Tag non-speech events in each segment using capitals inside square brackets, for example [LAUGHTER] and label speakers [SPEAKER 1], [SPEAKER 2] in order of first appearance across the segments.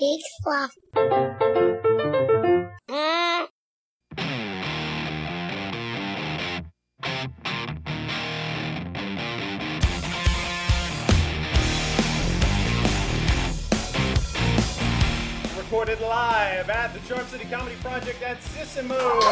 [SPEAKER 1] big fluff. Uh,
[SPEAKER 2] Recorded live at the Charm City Comedy Project at Sissimos in Camden,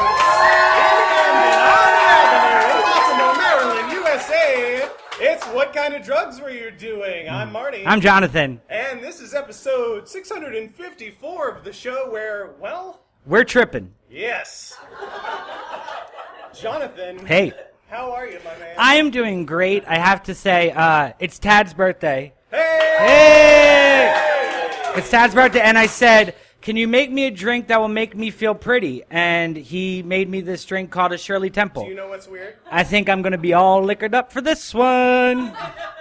[SPEAKER 2] High Avenue, in Baltimore, Maryland, USA. It's What Kind of Drugs Were You Doing? Mm. I'm Marty.
[SPEAKER 3] I'm Jonathan.
[SPEAKER 2] and this is episode 654 of the show where, well,
[SPEAKER 3] We're tripping.
[SPEAKER 2] yes. Jonathan.
[SPEAKER 3] Hey,
[SPEAKER 2] How are you, my man?
[SPEAKER 3] I am doing great. I have to say, uh, it's Tad's birthday.
[SPEAKER 2] hey!
[SPEAKER 3] Hey! It's Tad's birthday, and I said, Can you make me a drink that will make me feel pretty? And he made me this drink called a Shirley Temple.
[SPEAKER 2] You know what's weird?
[SPEAKER 3] I think I'm going to be all liquored up for this one.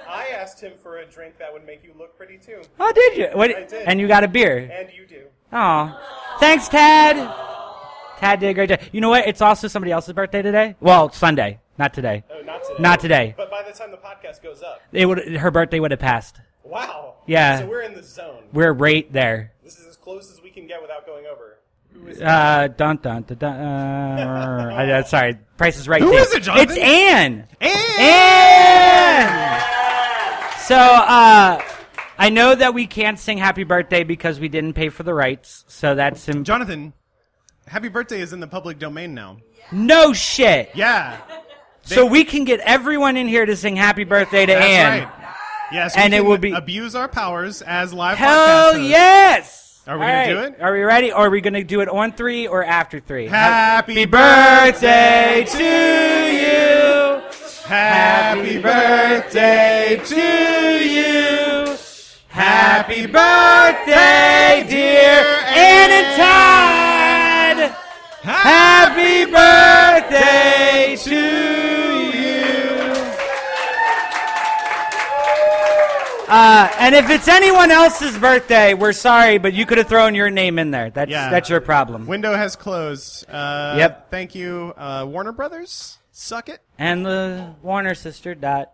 [SPEAKER 2] I asked him for a drink that would make you look pretty too.
[SPEAKER 3] Oh, did you? What,
[SPEAKER 2] I did.
[SPEAKER 3] And you got a beer.
[SPEAKER 2] And you do.
[SPEAKER 3] Oh. Thanks, Tad. Tad did a great job. You know what? It's also somebody else's birthday today. Well, Sunday, not today.
[SPEAKER 2] No, not today.
[SPEAKER 3] Not today.
[SPEAKER 2] But by the time the podcast goes up,
[SPEAKER 3] It would, her birthday would have passed.
[SPEAKER 2] wow.
[SPEAKER 3] Yeah.
[SPEAKER 2] So we're in the zone.
[SPEAKER 3] We're right there.
[SPEAKER 2] This is as close as we can get without going over. Who is it?
[SPEAKER 3] Uh, dun dun dun. dun uh, I, uh, sorry, Price is right. Who
[SPEAKER 4] is it, Jonathan?
[SPEAKER 3] It's Anne.
[SPEAKER 4] And
[SPEAKER 3] So uh, I know that we can't sing Happy Birthday because we didn't pay for the rights. So that's Im-
[SPEAKER 4] Jonathan, happy birthday is in the public domain now.
[SPEAKER 3] no shit.
[SPEAKER 4] Yeah,
[SPEAKER 3] so we can get everyone in here to sing Happy Birthday to
[SPEAKER 4] that's
[SPEAKER 3] Anne.
[SPEAKER 4] right. Yes,
[SPEAKER 3] And
[SPEAKER 4] we
[SPEAKER 3] it
[SPEAKER 4] can
[SPEAKER 3] will be-
[SPEAKER 4] abuse our powers as live. podcast
[SPEAKER 3] Hell
[SPEAKER 4] hosts.
[SPEAKER 3] yes!
[SPEAKER 4] Are we
[SPEAKER 3] All
[SPEAKER 4] gonna do
[SPEAKER 3] right.
[SPEAKER 4] it?
[SPEAKER 3] Are we ready? Or are we gonna do it on three or after three?
[SPEAKER 4] Happy
[SPEAKER 3] birthday to you.
[SPEAKER 4] Happy birthday to you.
[SPEAKER 3] you. Happy birthday, dear Ann and Todd. Happy birthday to you. Uh, and if it's anyone else's birthday, we're sorry, but you could have thrown your name in there. That's
[SPEAKER 4] Yeah.
[SPEAKER 3] that's your problem.
[SPEAKER 4] Window has closed. Uh,
[SPEAKER 3] Yep.
[SPEAKER 4] Thank you, uh, Warner Brothers. Suck it.
[SPEAKER 3] And the Warner sister dot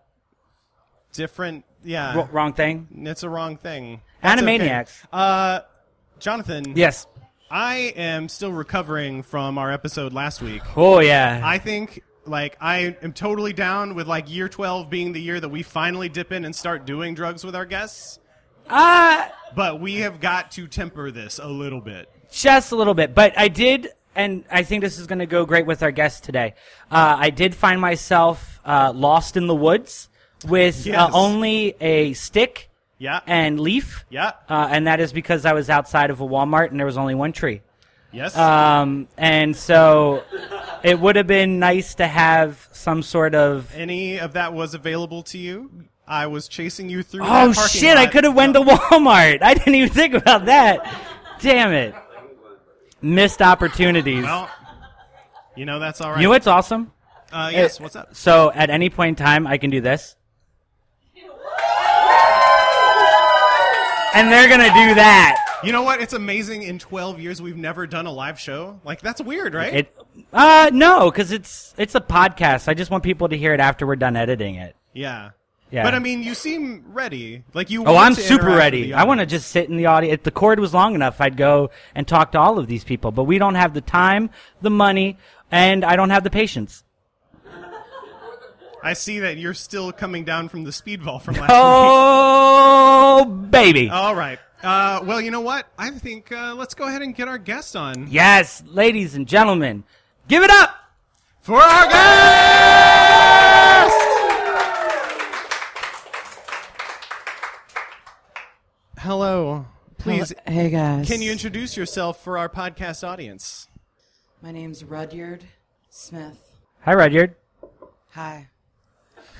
[SPEAKER 4] Different. Yeah,
[SPEAKER 3] w- wrong thing.
[SPEAKER 4] it's a wrong thing. That's okay.
[SPEAKER 3] Animaniacs.
[SPEAKER 4] Uh, Jonathan.
[SPEAKER 3] Yes.
[SPEAKER 4] I am still recovering from our episode last week.
[SPEAKER 3] Oh yeah.
[SPEAKER 4] I think like I am totally down with like year 12 being the year that we finally dip in and start doing drugs with our guests,
[SPEAKER 3] Ah.
[SPEAKER 4] but we have got to temper this a little bit.
[SPEAKER 3] just a little bit but i did and i think this is going to go great with our guest today uh, i did find myself uh, lost in the woods with uh,
[SPEAKER 4] Yes.
[SPEAKER 3] only a stick
[SPEAKER 4] Yeah.
[SPEAKER 3] and leaf
[SPEAKER 4] yeah.
[SPEAKER 3] uh, and that is because i was outside of a walmart and there was only one tree
[SPEAKER 4] yes.
[SPEAKER 3] um, and so it would have been nice to have some sort of
[SPEAKER 4] Any of that was available to you? I was chasing you through
[SPEAKER 3] oh
[SPEAKER 4] that parking
[SPEAKER 3] shit i
[SPEAKER 4] lot.
[SPEAKER 3] could have went to walmart i didn't even think about that damn it missed opportunities
[SPEAKER 4] Well, you know that's all right.
[SPEAKER 3] you know what's awesome
[SPEAKER 4] uh, yes, what's up?
[SPEAKER 3] So at any point in time, I can do this. And they're going to do that.
[SPEAKER 4] You know what? It's amazing in 12 years we've never done a live show. Like that's weird, right?
[SPEAKER 3] It uh no, cuz it's it's a podcast. I just want people to hear it after we're done editing it.
[SPEAKER 4] yeah.
[SPEAKER 3] Yeah.
[SPEAKER 4] But I mean, you seem ready. Like you
[SPEAKER 3] Oh,
[SPEAKER 4] want
[SPEAKER 3] I'm
[SPEAKER 4] to
[SPEAKER 3] super
[SPEAKER 4] interact with
[SPEAKER 3] ready.
[SPEAKER 4] the
[SPEAKER 3] I want to
[SPEAKER 4] audience.
[SPEAKER 3] just sit in the audience. If the cord was long enough, I'd go and talk to all of these people, but we don't have the time, the money, and I don't have the patience.
[SPEAKER 4] I see that you're still coming down from the speedball from last week.
[SPEAKER 3] Oh, baby.
[SPEAKER 4] All right. Uh, well, you know what? I think uh, let's go ahead and get our guest on.
[SPEAKER 3] Yes, ladies and gentlemen. Give it up
[SPEAKER 4] For our guest! Hello. Please,
[SPEAKER 5] Hey guys.
[SPEAKER 4] can you introduce yourself for our podcast audience?
[SPEAKER 5] My name's Rudyard Smith.
[SPEAKER 3] Hi, Rudyard. [LAUGHS]
[SPEAKER 5] Hi.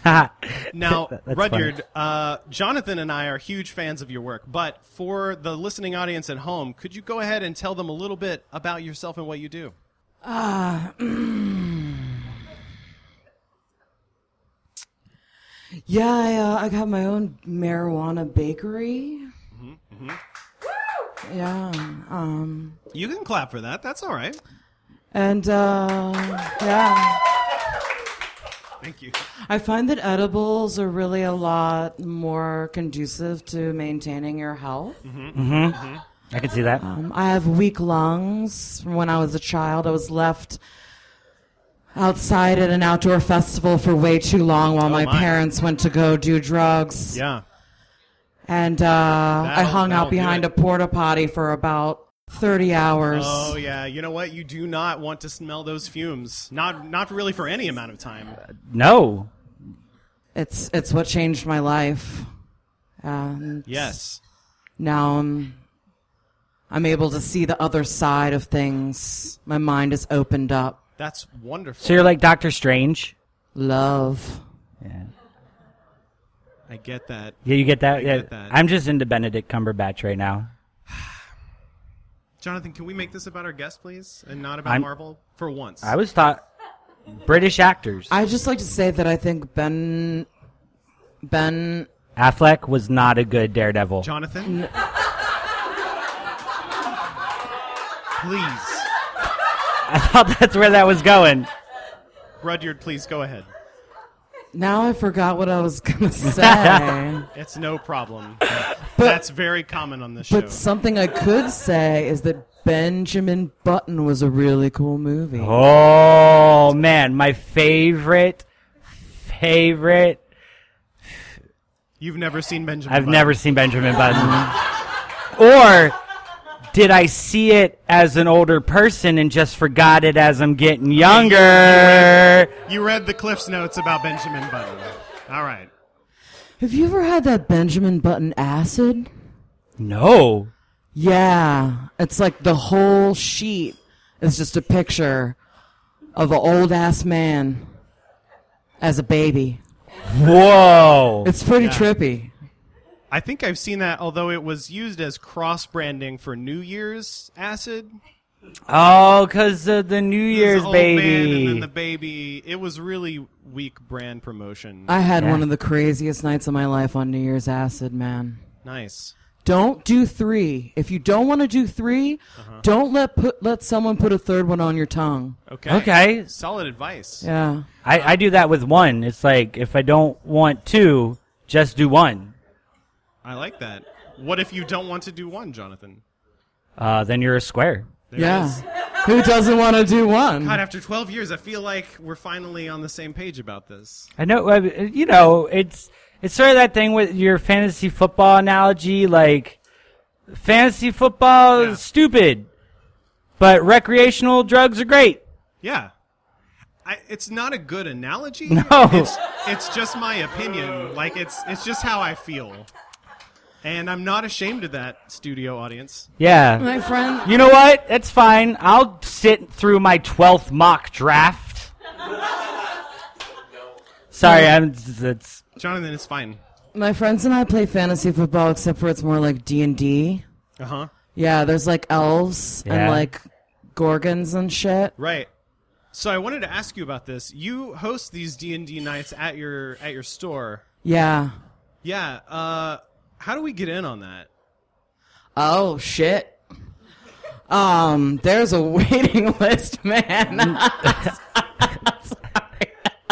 [SPEAKER 4] Now,
[SPEAKER 3] That- that's
[SPEAKER 4] Rudyard, uh, Jonathan and I are huge fans of your work, but for the listening audience at home, could you go ahead and tell them a little bit about yourself and what you do?
[SPEAKER 5] Yeah, I, uh, I got my own marijuana bakery.
[SPEAKER 4] Mm-hmm,
[SPEAKER 5] Yeah. Um.
[SPEAKER 4] You can clap for that. That's all right.
[SPEAKER 5] And uh, yeah,
[SPEAKER 4] Thank you.
[SPEAKER 5] I find that edibles are
[SPEAKER 4] Mm-hmm.
[SPEAKER 5] really a lot more conducive to maintaining your health.
[SPEAKER 3] I can see that.
[SPEAKER 5] Um, I have weak lungs. From when I was a child, I was left outside at an outdoor festival for way too long while my,
[SPEAKER 4] Oh, my.
[SPEAKER 5] parents went to go do drugs.
[SPEAKER 4] Yeah.
[SPEAKER 5] And uh, I
[SPEAKER 4] That'll-
[SPEAKER 5] hung
[SPEAKER 4] that'll
[SPEAKER 5] out
[SPEAKER 4] do
[SPEAKER 5] behind
[SPEAKER 4] it.
[SPEAKER 5] a porta potty for about 30 hours.
[SPEAKER 4] Oh yeah. You know what? You do not want to smell those fumes. Not not really for any amount of time.
[SPEAKER 3] No.
[SPEAKER 5] It's, it's what changed my life. And
[SPEAKER 4] Yes.
[SPEAKER 5] now I'm, I'm able to see the other side of things. My mind is opened up.
[SPEAKER 4] That's wonderful.
[SPEAKER 3] So you're like Doctor Strange.
[SPEAKER 5] Love.
[SPEAKER 4] I get that.
[SPEAKER 3] Yeah, you get that. yeah,
[SPEAKER 4] get that.
[SPEAKER 3] I'm just into Benedict Cumberbatch right now.
[SPEAKER 4] Jonathan, can we make this about our guest, please, and not about
[SPEAKER 3] I'm-
[SPEAKER 4] Marvel for once?
[SPEAKER 3] I was taught British actors.
[SPEAKER 5] I just like to say that I think Ben Ben
[SPEAKER 3] Affleck was not a good Daredevil.
[SPEAKER 4] Jonathan. please,
[SPEAKER 3] I thought [LAUGHS] that's where that was going.
[SPEAKER 4] Rudyard. Please go ahead.
[SPEAKER 5] now I forgot what I was [LAUGHS] gonna say.
[SPEAKER 4] [LAUGHS] It's no problem. That's very common on this show.
[SPEAKER 5] but something I could say is that Benjamin Button was a really cool movie.
[SPEAKER 3] Oh man, my favorite, favorite.
[SPEAKER 4] You've never seen Benjamin.
[SPEAKER 3] I've
[SPEAKER 4] Button.
[SPEAKER 3] never seen Benjamin Button. or did I see it as an older person and just forgot it as I'm getting younger?
[SPEAKER 4] You read the Cliff's notes about Benjamin Button. All right.
[SPEAKER 5] Have you ever had that Benjamin Button acid?
[SPEAKER 3] No.
[SPEAKER 5] Yeah. It's like the whole sheet is just a picture of an old ass man as a baby.
[SPEAKER 3] Whoa.
[SPEAKER 5] It's pretty trippy.
[SPEAKER 4] I think I've seen that, although it was used as cross branding for New Year's acid.
[SPEAKER 3] Oh, cause of the New
[SPEAKER 4] It was
[SPEAKER 3] Year's
[SPEAKER 4] the old Man and
[SPEAKER 3] baby.
[SPEAKER 4] then the baby. It was really weak brand promotion.
[SPEAKER 5] I had
[SPEAKER 3] Yeah.
[SPEAKER 5] one of the craziest nights of my life on New Year's acid, man.
[SPEAKER 4] nice.
[SPEAKER 5] Don't do three. If you don't want to do 3 don't let put let someone put a third one on your tongue.
[SPEAKER 4] Okay.
[SPEAKER 3] okay.
[SPEAKER 4] Solid advice.
[SPEAKER 5] Yeah.
[SPEAKER 3] I, I do that with one. It's like if I don't want two, just do one.
[SPEAKER 4] I like that. What if you don't want to do one, Jonathan?
[SPEAKER 3] Uh, then you're a square.
[SPEAKER 4] There it
[SPEAKER 5] yeah.
[SPEAKER 4] is.
[SPEAKER 5] Who doesn't want to do one?
[SPEAKER 4] God, after 12 years, I feel like we're finally on the same page about this.
[SPEAKER 3] I know. uh, You know, it's it's sort of that thing with your fantasy football analogy. Like fantasy football
[SPEAKER 4] Yeah.
[SPEAKER 3] is stupid, but recreational drugs are great.
[SPEAKER 4] Yeah. I, it's not a good analogy.
[SPEAKER 3] No.
[SPEAKER 4] It's, it's just my opinion. Like, it's, it's just how I feel. And I'm not ashamed of that, studio audience.
[SPEAKER 3] Yeah.
[SPEAKER 5] My friend
[SPEAKER 3] You know what? That's fine. I'll sit through my twelfth mock draft. Sorry, I'm. It's
[SPEAKER 4] Jonathan, it's fine.
[SPEAKER 5] my friends and I play fantasy football except for it's more like D&D.
[SPEAKER 4] Uh huh.
[SPEAKER 5] Yeah, there's like elves
[SPEAKER 3] Yeah.
[SPEAKER 5] and like gorgons and shit.
[SPEAKER 4] Right. So I wanted to ask you about this. You host these D and D nights at your at your store.
[SPEAKER 5] Yeah.
[SPEAKER 4] Yeah. Uh, how do we get in on that?
[SPEAKER 5] Oh shit. Um, there's a [LAUGHS] waiting list, man.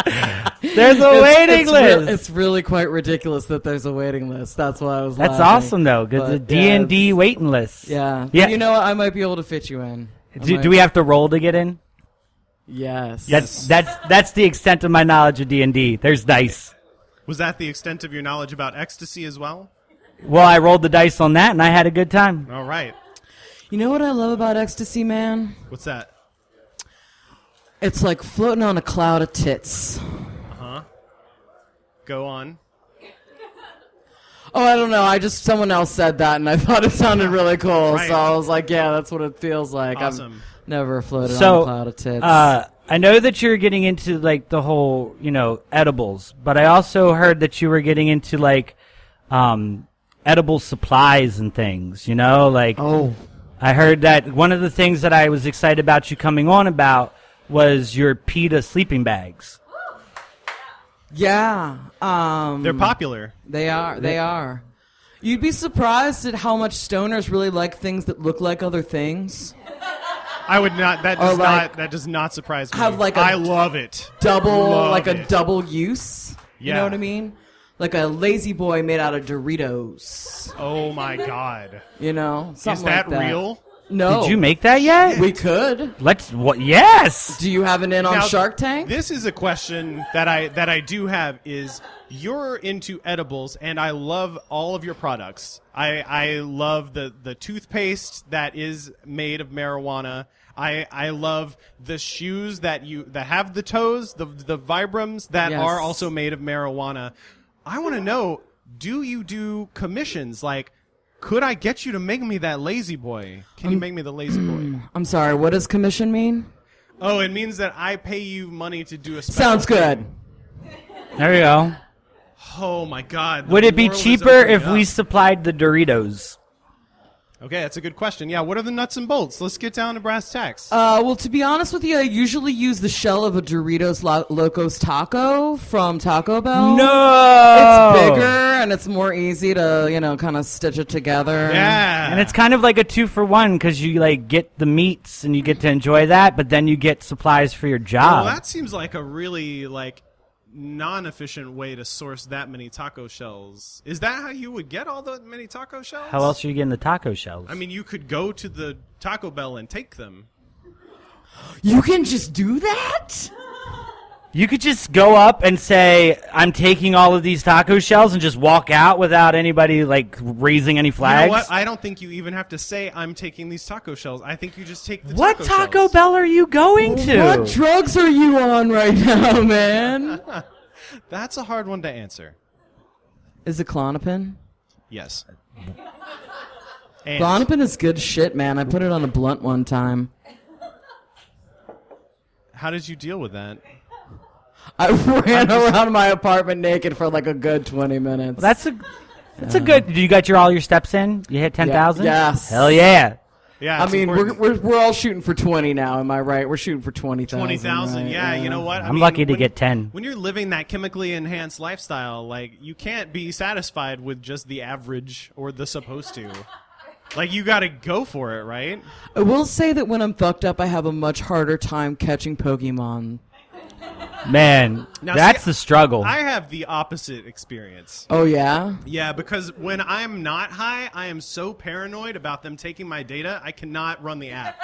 [SPEAKER 3] there's a
[SPEAKER 5] [LAUGHS] It's-
[SPEAKER 3] waiting
[SPEAKER 5] it's
[SPEAKER 3] list.
[SPEAKER 5] real- it's really quite ridiculous that there's a waiting list. That's why I was.
[SPEAKER 3] That's
[SPEAKER 5] laughing.
[SPEAKER 3] awesome though. 'cause the
[SPEAKER 5] But,
[SPEAKER 3] D and
[SPEAKER 5] yeah,
[SPEAKER 3] D waiting list.
[SPEAKER 5] Yeah.
[SPEAKER 3] Yeah.
[SPEAKER 5] You know, what? I might be able to fit you in. I
[SPEAKER 3] Do,
[SPEAKER 5] might-
[SPEAKER 3] do we have to roll to get in?
[SPEAKER 5] Yes.
[SPEAKER 3] That's that's that's the extent of my knowledge of D and D. There's dice.
[SPEAKER 4] Was that the extent of your knowledge about ecstasy as well?
[SPEAKER 3] Well, I rolled the dice on that and I had a good time.
[SPEAKER 4] All right.
[SPEAKER 5] You know what I love about ecstasy, man?
[SPEAKER 4] What's that?
[SPEAKER 5] It's like floating on a cloud of tits.
[SPEAKER 4] Go on.
[SPEAKER 5] Oh, I don't know. I just someone else said that, and I [LAUGHS] thought it sounded really cool.
[SPEAKER 4] Right.
[SPEAKER 5] So I was like, yeah, that's what it feels like.
[SPEAKER 4] Awesome.
[SPEAKER 5] I've never floated on a
[SPEAKER 3] So,
[SPEAKER 5] cloud of tits.
[SPEAKER 3] uh, I know that you're getting into like the whole you know edibles, but I also heard that you were getting into like um, edible supplies and things. You know, like
[SPEAKER 5] oh.
[SPEAKER 3] I heard that one of the things that I was excited about you coming on about was your PETA sleeping bags.
[SPEAKER 5] Yeah. Um.
[SPEAKER 4] They're popular.
[SPEAKER 5] They are. They are. You'd be surprised at how much stoners really like things that look like other things.
[SPEAKER 4] I would not. That does
[SPEAKER 5] Or like-
[SPEAKER 4] not. That does not surprise me.
[SPEAKER 5] Have like a-
[SPEAKER 4] I love it.
[SPEAKER 5] Double,
[SPEAKER 4] Love
[SPEAKER 5] like a
[SPEAKER 4] it.
[SPEAKER 5] double use. You
[SPEAKER 4] Yeah.
[SPEAKER 5] know what I mean? like a lazy boy made out of Doritos.
[SPEAKER 4] Oh my god.
[SPEAKER 5] You know, something
[SPEAKER 4] Is that,
[SPEAKER 5] like that.
[SPEAKER 4] real?
[SPEAKER 5] No.
[SPEAKER 3] Did you make that yet?
[SPEAKER 5] Oh. We could.
[SPEAKER 3] Let's. What? Yes.
[SPEAKER 5] Do you have an in on
[SPEAKER 4] Now,
[SPEAKER 5] Shark Tank?
[SPEAKER 4] This is a question that I that I do have is you're into edibles and I love all of your products. I I love the the toothpaste that is made of marijuana. I I love the shoes that you that have the toes, the the Vibrams that
[SPEAKER 5] Yes.
[SPEAKER 4] are also made of marijuana. I want to know, do you do commissions like could I get you to make me that lazy boy? Can
[SPEAKER 5] Um,
[SPEAKER 4] you make me the lazy
[SPEAKER 5] [CLEARS THROAT]
[SPEAKER 4] boy?
[SPEAKER 5] I'm sorry. What does commission mean?
[SPEAKER 4] Oh, it means that I pay you money to do a special
[SPEAKER 5] Sounds good.
[SPEAKER 3] There you go.
[SPEAKER 4] Oh my God! the
[SPEAKER 3] Would it be
[SPEAKER 4] world is
[SPEAKER 3] cheaper
[SPEAKER 4] opening
[SPEAKER 3] if we
[SPEAKER 4] up.
[SPEAKER 3] supplied the Doritos?
[SPEAKER 4] Okay, that's a good question. Yeah, what are the nuts and bolts? Let's get down to brass tacks.
[SPEAKER 3] Oh,
[SPEAKER 5] Uh, well, to be honest with you, I usually use the shell of a Doritos Lo- Locos Taco from Taco Bell.
[SPEAKER 3] No.
[SPEAKER 5] Oh. It's bigger and it's more easy to, you know, kind of stitch it together.
[SPEAKER 4] yeah,
[SPEAKER 3] And it's kind of like a two for one because you like get the meats and you get to enjoy that, but then you get supplies for your
[SPEAKER 4] well,
[SPEAKER 3] job.
[SPEAKER 4] that seems like a really like non-efficient way to source that many taco shells. Is that how you would get all that many taco shells?
[SPEAKER 3] How else are you getting the taco shells?
[SPEAKER 4] I mean, you could go to the Taco Bell and take them.
[SPEAKER 5] You can just do that?
[SPEAKER 3] you could just go up and say, "I'm taking all of these taco shells," and just walk out without anybody like raising any
[SPEAKER 4] You
[SPEAKER 3] flags.
[SPEAKER 4] know what? I don't think you even have to say I'm taking these taco shells. I think you just take the
[SPEAKER 3] What
[SPEAKER 4] taco,
[SPEAKER 3] Taco
[SPEAKER 4] shells.
[SPEAKER 3] Bell are you going to?
[SPEAKER 5] What drugs are you on right [LAUGHS] now, man?
[SPEAKER 4] That's a hard one to answer.
[SPEAKER 5] Is it Clonopin?
[SPEAKER 4] Yes. And
[SPEAKER 5] Clonopin is good shit, man. I put it on a blunt one time.
[SPEAKER 4] how did you deal with that?
[SPEAKER 5] I [LAUGHS] ran around my apartment naked for like a good 20 minutes.
[SPEAKER 3] That's a that's a good. You got your all your steps in. You hit ten thousand.
[SPEAKER 5] Yes.
[SPEAKER 3] Hell yeah.
[SPEAKER 4] Yeah,
[SPEAKER 5] I
[SPEAKER 4] it's
[SPEAKER 5] mean,
[SPEAKER 4] important.
[SPEAKER 5] we're, we're, we're all shooting for 20 now, am I right? We're shooting for 20,000.
[SPEAKER 4] Twenty thousand,
[SPEAKER 5] right?
[SPEAKER 4] yeah, You know what? I
[SPEAKER 3] I'm lucky to
[SPEAKER 4] when-
[SPEAKER 3] get 10.
[SPEAKER 4] When you're living that chemically enhanced lifestyle, like you can't be satisfied with just the average or the supposed to. Like you got to go for it, right?
[SPEAKER 5] I will say that when I'm fucked up, I have a much harder time catching Pokemon.
[SPEAKER 3] Man,
[SPEAKER 4] Now,
[SPEAKER 3] that's
[SPEAKER 4] see,
[SPEAKER 3] the struggle.
[SPEAKER 4] I have the opposite experience.
[SPEAKER 5] Oh, yeah?
[SPEAKER 4] Yeah, because when I'm not high, I am so paranoid about them taking my data, I cannot run the app.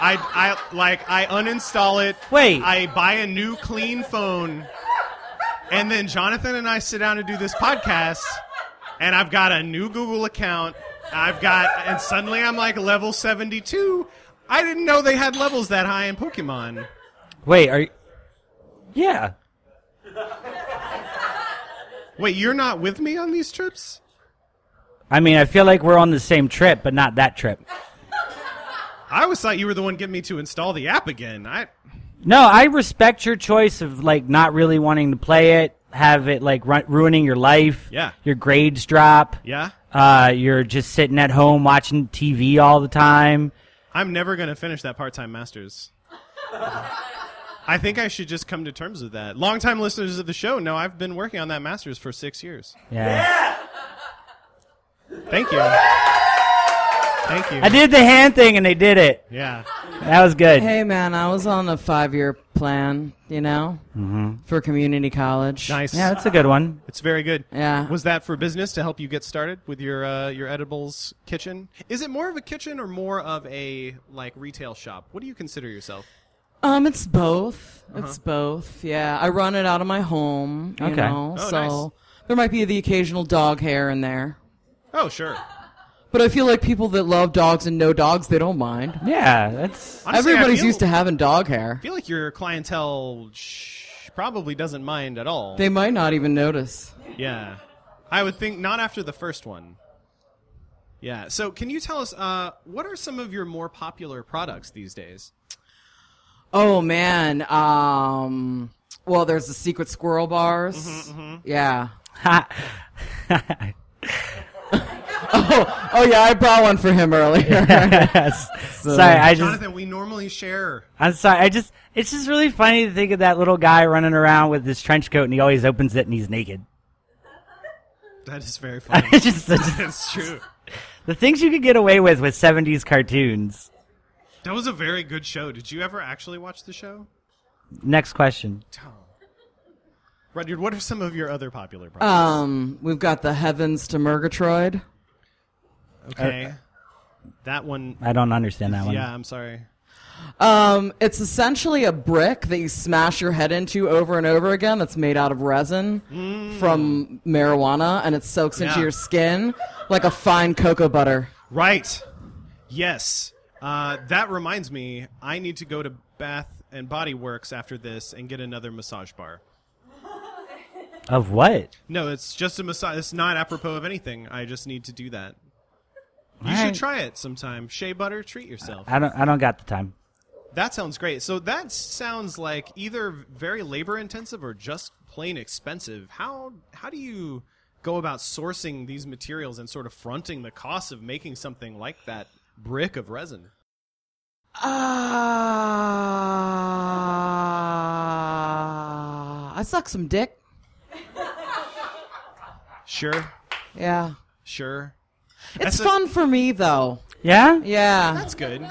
[SPEAKER 4] I, I like I uninstall it.
[SPEAKER 3] Wait.
[SPEAKER 4] I buy a new clean phone, and then Jonathan and I sit down to do this podcast, and I've got a new Google account. I've got, and suddenly I'm like level seventy-two. I didn't know they had levels that high in Pokemon.
[SPEAKER 3] Wait, are you? Yeah.
[SPEAKER 4] Wait, you're not with me on these trips?
[SPEAKER 3] I mean, I feel like we're on the same trip, but not that trip.
[SPEAKER 4] I always thought you were the one getting me to install the app again. I.
[SPEAKER 3] No, I respect your choice of like not really wanting to play it, have it like ru- ruining your life.
[SPEAKER 4] Yeah.
[SPEAKER 3] Your grades drop.
[SPEAKER 4] Yeah.
[SPEAKER 3] Uh, you're just sitting at home watching TV all the time.
[SPEAKER 4] I'm never going to finish that part time master's. I think I should just come to terms with that. Longtime listeners of the show know I've been working on that master's for six years.
[SPEAKER 3] yeah.
[SPEAKER 4] Thank you. Thank
[SPEAKER 3] I
[SPEAKER 4] you.
[SPEAKER 3] did the hand thing and they did it.
[SPEAKER 4] Yeah.
[SPEAKER 3] That was good.
[SPEAKER 5] Hey, man, I was on a five year plan, you know, for community college.
[SPEAKER 4] Nice.
[SPEAKER 3] Yeah, that's a good one.
[SPEAKER 4] It's very good.
[SPEAKER 5] Yeah.
[SPEAKER 4] Was that for business to help you get started with your uh, your edibles kitchen? Is it more of a kitchen or more of a like retail shop? What do you consider yourself?
[SPEAKER 5] Um, it's both.
[SPEAKER 4] Uh-huh.
[SPEAKER 5] It's both. Yeah, I run it out of my home. You
[SPEAKER 3] Okay.
[SPEAKER 5] Know,
[SPEAKER 4] Oh,
[SPEAKER 5] so
[SPEAKER 4] nice.
[SPEAKER 5] there might be the occasional dog hair in there,
[SPEAKER 4] Oh, sure.
[SPEAKER 5] but I feel like people that love dogs and no dogs, they don't mind.
[SPEAKER 3] Yeah, that's. [LAUGHS]
[SPEAKER 4] Honestly, I
[SPEAKER 5] Everybody's
[SPEAKER 4] feel-
[SPEAKER 5] used to having dog hair.
[SPEAKER 4] I feel like your clientele sh- probably doesn't mind at all.
[SPEAKER 5] They might not even notice.
[SPEAKER 4] Yeah. I would think not after the first one. Yeah. So, can you tell us uh, what are some of your more popular products these days?
[SPEAKER 5] Oh man. Um. Well, there's the secret squirrel bars. Yeah. [LAUGHS] Oh yeah, I brought one for him earlier.
[SPEAKER 3] Sorry, I just.
[SPEAKER 4] Jonathan, we normally share.
[SPEAKER 3] I'm sorry. I just. It's just really funny to think of that little guy running around with his trench coat, and he always opens it, and he's naked.
[SPEAKER 4] That is very
[SPEAKER 3] [LAUGHS]
[SPEAKER 4] funny.
[SPEAKER 3] It's just, it's just-
[SPEAKER 4] That's true.
[SPEAKER 3] the things you could get away with with 70s cartoons.
[SPEAKER 4] That was a very good show. Did you ever actually watch the show?
[SPEAKER 3] Next question.
[SPEAKER 4] Rudyard, what are some of your other popular products?
[SPEAKER 5] [LAUGHS] Um, we've got the Heavens to Murgatroyd.
[SPEAKER 4] okay. that one.
[SPEAKER 3] I don't understand Uh, that one.
[SPEAKER 4] Yeah, I'm sorry.
[SPEAKER 5] Um, it's essentially a brick that you smash your head into over and over again. That's made out of resin from marijuana, and it soaks into
[SPEAKER 4] Yeah.
[SPEAKER 5] your skin like a fine cocoa butter.
[SPEAKER 4] Right. Yes. Uh, that reminds me, I need to go to Bath and Body Works after this and get another massage bar.
[SPEAKER 3] Of what?
[SPEAKER 4] No, it's just a massage. It's not apropos of anything. I just need to do that. You
[SPEAKER 3] Alright. Uh,
[SPEAKER 4] should try it sometime. Shea butter, treat yourself.
[SPEAKER 3] I don't. I don't got the time.
[SPEAKER 4] That sounds great. So that sounds like either very labor intensive or just plain expensive. How how do you go about sourcing these materials and sort of fronting the cost of making something like that brick of resin?
[SPEAKER 5] Ah, I suck some dick.
[SPEAKER 4] Sure,
[SPEAKER 5] Yeah,
[SPEAKER 4] sure.
[SPEAKER 5] it's
[SPEAKER 4] That's a-
[SPEAKER 5] fun for me though.
[SPEAKER 3] Yeah.
[SPEAKER 5] Yeah,
[SPEAKER 4] That's good.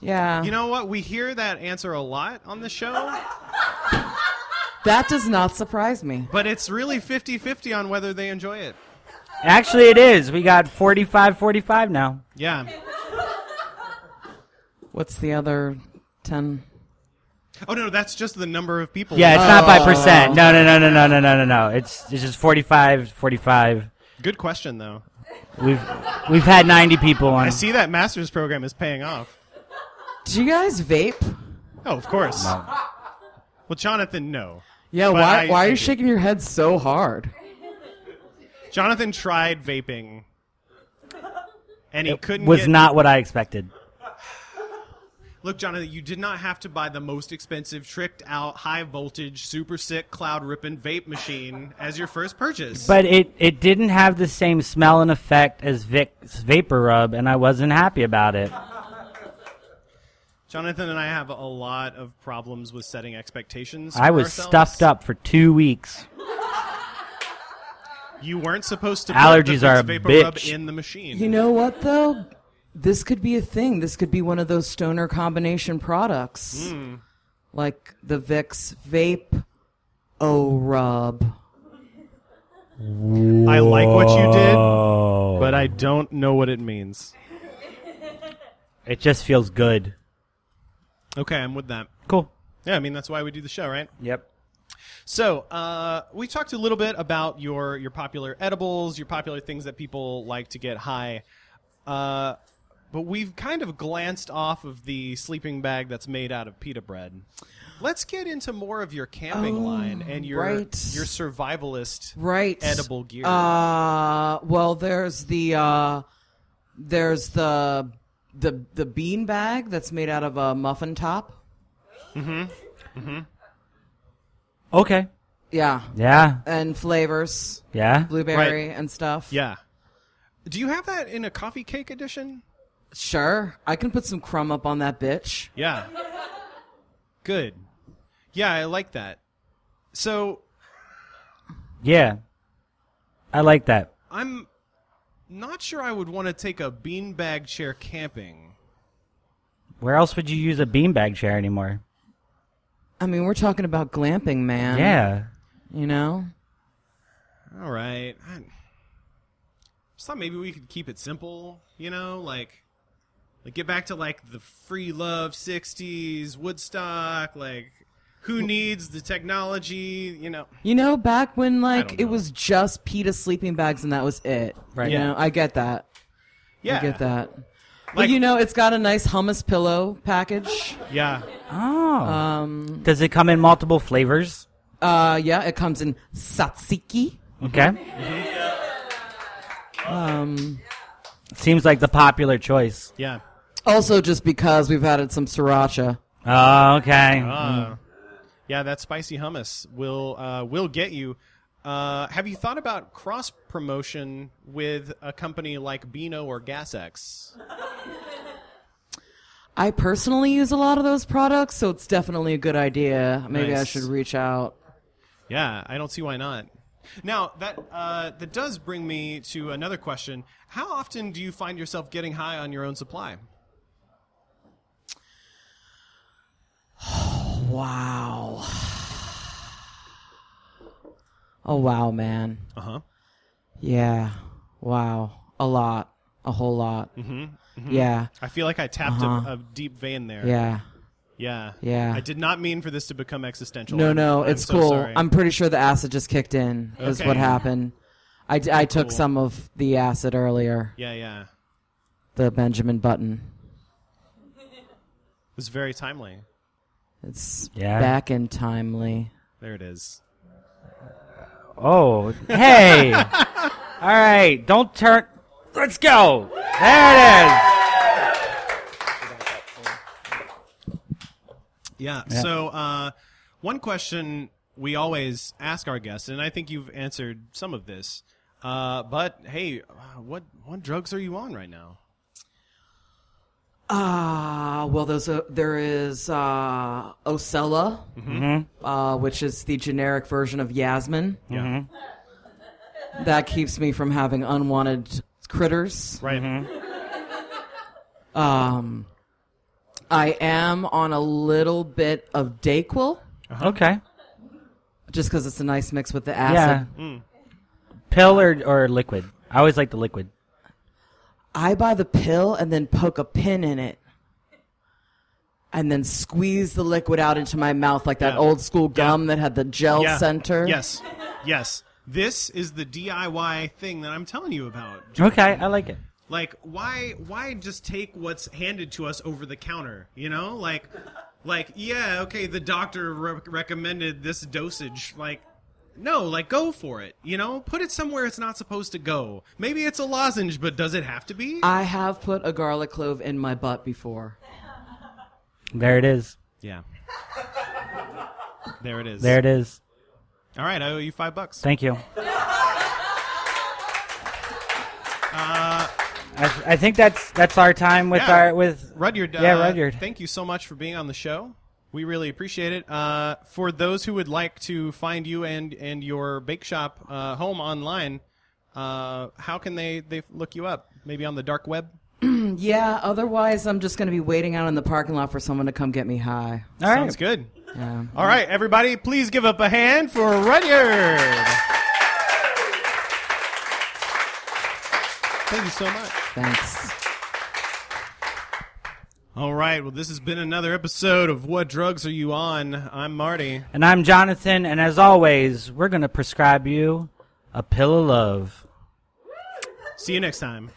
[SPEAKER 5] yeah.
[SPEAKER 4] You know what? We hear that answer a lot on the show,
[SPEAKER 5] that does not surprise me.
[SPEAKER 4] but it's really 50-50 on whether they enjoy it.
[SPEAKER 3] Actually, it is. We got 45, 45 now.
[SPEAKER 4] Yeah.
[SPEAKER 5] What's the other ten?
[SPEAKER 4] Oh no, that's just the number of people.
[SPEAKER 3] Yeah, it's not by
[SPEAKER 4] Oh.
[SPEAKER 3] percent. No, no, no, no, no, no, no, no, no. It's it's just 45, 45.
[SPEAKER 4] Good question though.
[SPEAKER 3] We've we've had ninety people on.
[SPEAKER 4] I see that master's program is paying off.
[SPEAKER 5] Do you guys vape?
[SPEAKER 4] Oh, of course. Well, Jonathan, no.
[SPEAKER 5] Yeah,
[SPEAKER 4] But
[SPEAKER 5] why
[SPEAKER 4] I-
[SPEAKER 5] why are
[SPEAKER 4] I-
[SPEAKER 5] you shaking your head so hard?
[SPEAKER 4] Jonathan tried vaping, and he couldn't.
[SPEAKER 3] Was
[SPEAKER 4] get-
[SPEAKER 3] not what I expected.
[SPEAKER 4] Look, Jonathan, you did not have to buy the most expensive, tricked out, high voltage, super sick, cloud ripping vape machine as your first purchase.
[SPEAKER 3] But it, it didn't have the same smell and effect as Vic's Vapor Rub, and I wasn't happy about it.
[SPEAKER 4] Jonathan and I have a lot of problems with setting expectations.
[SPEAKER 3] I
[SPEAKER 4] for
[SPEAKER 3] was
[SPEAKER 4] ourselves.
[SPEAKER 3] stuffed up for two weeks.
[SPEAKER 4] You weren't supposed to. put
[SPEAKER 3] Allergies
[SPEAKER 4] the
[SPEAKER 3] are a
[SPEAKER 4] Vicks vapor rub
[SPEAKER 3] bitch.
[SPEAKER 4] in the machine.
[SPEAKER 5] You know what though? This could be a thing. This could be one of those stoner combination products.
[SPEAKER 4] Hmm.
[SPEAKER 5] Like the Vicks Vape O Rub.
[SPEAKER 4] I like what you did, but I don't know what it means.
[SPEAKER 3] It just feels good.
[SPEAKER 4] Okay, I'm with that.
[SPEAKER 3] Cool.
[SPEAKER 4] Yeah, I mean that's why we do the show, right?
[SPEAKER 3] Yep.
[SPEAKER 4] So uh, we talked a little bit about your your popular edibles, your popular things that people like to get high. Uh, but we've kind of glanced off of the sleeping bag that's made out of pita bread. Let's get into more of your camping line and your
[SPEAKER 5] Oh, right.
[SPEAKER 4] your survivalist
[SPEAKER 5] Right.
[SPEAKER 4] edible gear.
[SPEAKER 5] Uh well there's the uh there's the the the bean bag that's made out of a muffin top.
[SPEAKER 3] Okay.
[SPEAKER 5] Yeah.
[SPEAKER 3] Yeah.
[SPEAKER 5] And flavors.
[SPEAKER 3] Yeah.
[SPEAKER 5] Blueberry and stuff.
[SPEAKER 4] yeah. Do you have that in a coffee cake edition?
[SPEAKER 5] Sure. I can put some crumb up on that bitch.
[SPEAKER 4] Yeah. Good. Yeah, I like that. So
[SPEAKER 3] Yeah. I like that.
[SPEAKER 4] I'm not sure I would want to take a beanbag chair camping.
[SPEAKER 3] Where else would you use a beanbag chair anymore?
[SPEAKER 5] I mean, we're talking about glamping, man.
[SPEAKER 3] Yeah.
[SPEAKER 5] You know?
[SPEAKER 4] All right. I just thought maybe we could keep it simple, you know, like like get back to like the free love 60s, Woodstock, like who needs the technology, you know.
[SPEAKER 5] You know, back when
[SPEAKER 4] don't
[SPEAKER 5] like it
[SPEAKER 4] know.
[SPEAKER 5] was just PETA sleeping bags and that was it.
[SPEAKER 3] Right.
[SPEAKER 5] You
[SPEAKER 3] Yeah.
[SPEAKER 5] know, I get that.
[SPEAKER 4] Yeah.
[SPEAKER 5] I get that.
[SPEAKER 4] Like-
[SPEAKER 5] but you know, it's got a nice hummus pillow package.
[SPEAKER 4] Yeah.
[SPEAKER 3] Oh. Does it come in multiple flavors?
[SPEAKER 5] Uh, yeah, it comes in satsiki.
[SPEAKER 3] Okay. Um, Seems like the popular choice.
[SPEAKER 4] Yeah.
[SPEAKER 5] Also, just because we've added some sriracha.
[SPEAKER 3] Oh, okay.
[SPEAKER 4] Uh, yeah, that spicy hummus will uh, will get you. Uh, have you thought about cross promotion with a company like Beano or GasX?
[SPEAKER 5] I personally use a lot of those products, so it's definitely a good idea. Maybe I
[SPEAKER 4] Nice.
[SPEAKER 5] should reach out.
[SPEAKER 4] Yeah, I don't see why not. Now that uh, that does bring me to another question: How often do you find yourself getting high on your own supply?
[SPEAKER 5] Wow. [SIGHS] Oh wow, man.
[SPEAKER 4] Uh huh.
[SPEAKER 5] Yeah. Wow. A lot. A whole lot. Mm-hmm. Yeah.
[SPEAKER 4] I feel like I tapped a, a deep vein there.
[SPEAKER 5] Uh-huh. Yeah.
[SPEAKER 4] Yeah.
[SPEAKER 5] Yeah.
[SPEAKER 4] I did not mean for this to become existential.
[SPEAKER 5] No,
[SPEAKER 4] I'm-
[SPEAKER 5] no,
[SPEAKER 4] I'm
[SPEAKER 5] it's
[SPEAKER 4] so
[SPEAKER 5] cool.
[SPEAKER 4] sorry.
[SPEAKER 5] I'm pretty sure the acid just kicked in. Is
[SPEAKER 4] Okay.
[SPEAKER 5] what happened. I, d- I took some of the acid earlier.
[SPEAKER 4] Yeah, yeah. It
[SPEAKER 5] The Benjamin Button.
[SPEAKER 4] was very timely.
[SPEAKER 5] It's
[SPEAKER 3] Yeah.
[SPEAKER 5] back and timely.
[SPEAKER 4] There it is.
[SPEAKER 3] Oh, hey. All right, don't turn. Let's go. There it
[SPEAKER 4] Yeah. So, uh, one question we always ask our guests, and I think you've answered some of this, uh, but hey, uh, what what drugs are you on right now?
[SPEAKER 5] Ah, well, there's a, there is uh, Ocella,
[SPEAKER 4] Mm-hmm.
[SPEAKER 5] uh, which is the generic version of Yasmin.
[SPEAKER 4] Yeah.
[SPEAKER 5] That keeps me from having unwanted critters.
[SPEAKER 4] Right.
[SPEAKER 5] Um, I am on a little bit of Dayquil,
[SPEAKER 3] is. Okay.
[SPEAKER 5] just because it's a nice mix with the
[SPEAKER 3] Yeah.
[SPEAKER 5] acid.
[SPEAKER 3] Pill or, or liquid? I always like the liquid.
[SPEAKER 5] I buy the pill and then poke a pin in it. And then squeeze the liquid out into my mouth like that
[SPEAKER 4] Yeah.
[SPEAKER 5] old school
[SPEAKER 4] Yeah.
[SPEAKER 5] gum that had the gel
[SPEAKER 4] Yeah.
[SPEAKER 5] center.
[SPEAKER 4] Yes. Yes. This is the DIY thing that I'm telling you about.
[SPEAKER 3] Okay, I like it.
[SPEAKER 4] Like, why why just take what's handed to us over the counter? You know, like, like yeah, okay, the doctor re- recommended this dosage. Like, no, like go for it. You know, put it somewhere it's not supposed to go. Maybe it's a lozenge, but does it have to be?
[SPEAKER 5] I have put a garlic clove in my butt before.
[SPEAKER 3] There it is. [LAUGHS]
[SPEAKER 4] yeah. There it is.
[SPEAKER 3] There it is.
[SPEAKER 4] All right, I owe you five bucks.
[SPEAKER 3] Thank you.
[SPEAKER 4] Uh,
[SPEAKER 3] I, I think that's that's our time with
[SPEAKER 4] Yeah.
[SPEAKER 3] our with
[SPEAKER 4] Rudyard. Uh,
[SPEAKER 3] Yeah, Rudyard.
[SPEAKER 4] Thank you so much for being on the show. We really appreciate it. Uh, for those who would like to find you and and your bake shop uh, home online, uh, how can they they look you up? Maybe on the dark web.
[SPEAKER 5] Yeah, otherwise I'm just going to be waiting out in the parking lot for someone to come get me high.
[SPEAKER 3] All right.
[SPEAKER 4] Sounds good.
[SPEAKER 5] Yeah.
[SPEAKER 4] All right, everybody, please give up a hand for Rudyard. Thank you so much.
[SPEAKER 5] Thanks.
[SPEAKER 4] All right, well, this has been another episode of What Drugs Are You On? I'm Marty.
[SPEAKER 3] And I'm Jonathan, and as always, we're gonna prescribe you a pill of love.
[SPEAKER 4] See you next time.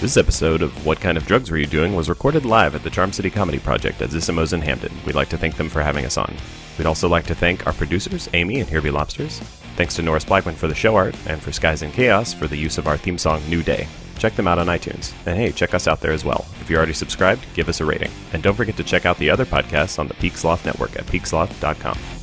[SPEAKER 1] This episode of What Kind of Drugs Were You Doing was recorded live at the Charm City Comedy Project at Zissimo's in Hampton. We'd like to thank them for having us on. We'd also like to thank our producers, Amy and Here Be Lobsters. Thanks to Norris Blackman for the show art, and for Skies and Chaos for the use of our theme song, New Day. Check them out on iTunes. And hey, check us out there as well. If you're already subscribed, give us a rating. And don't forget to check out the other podcasts on the Peaksloft Network at peaksloft.com.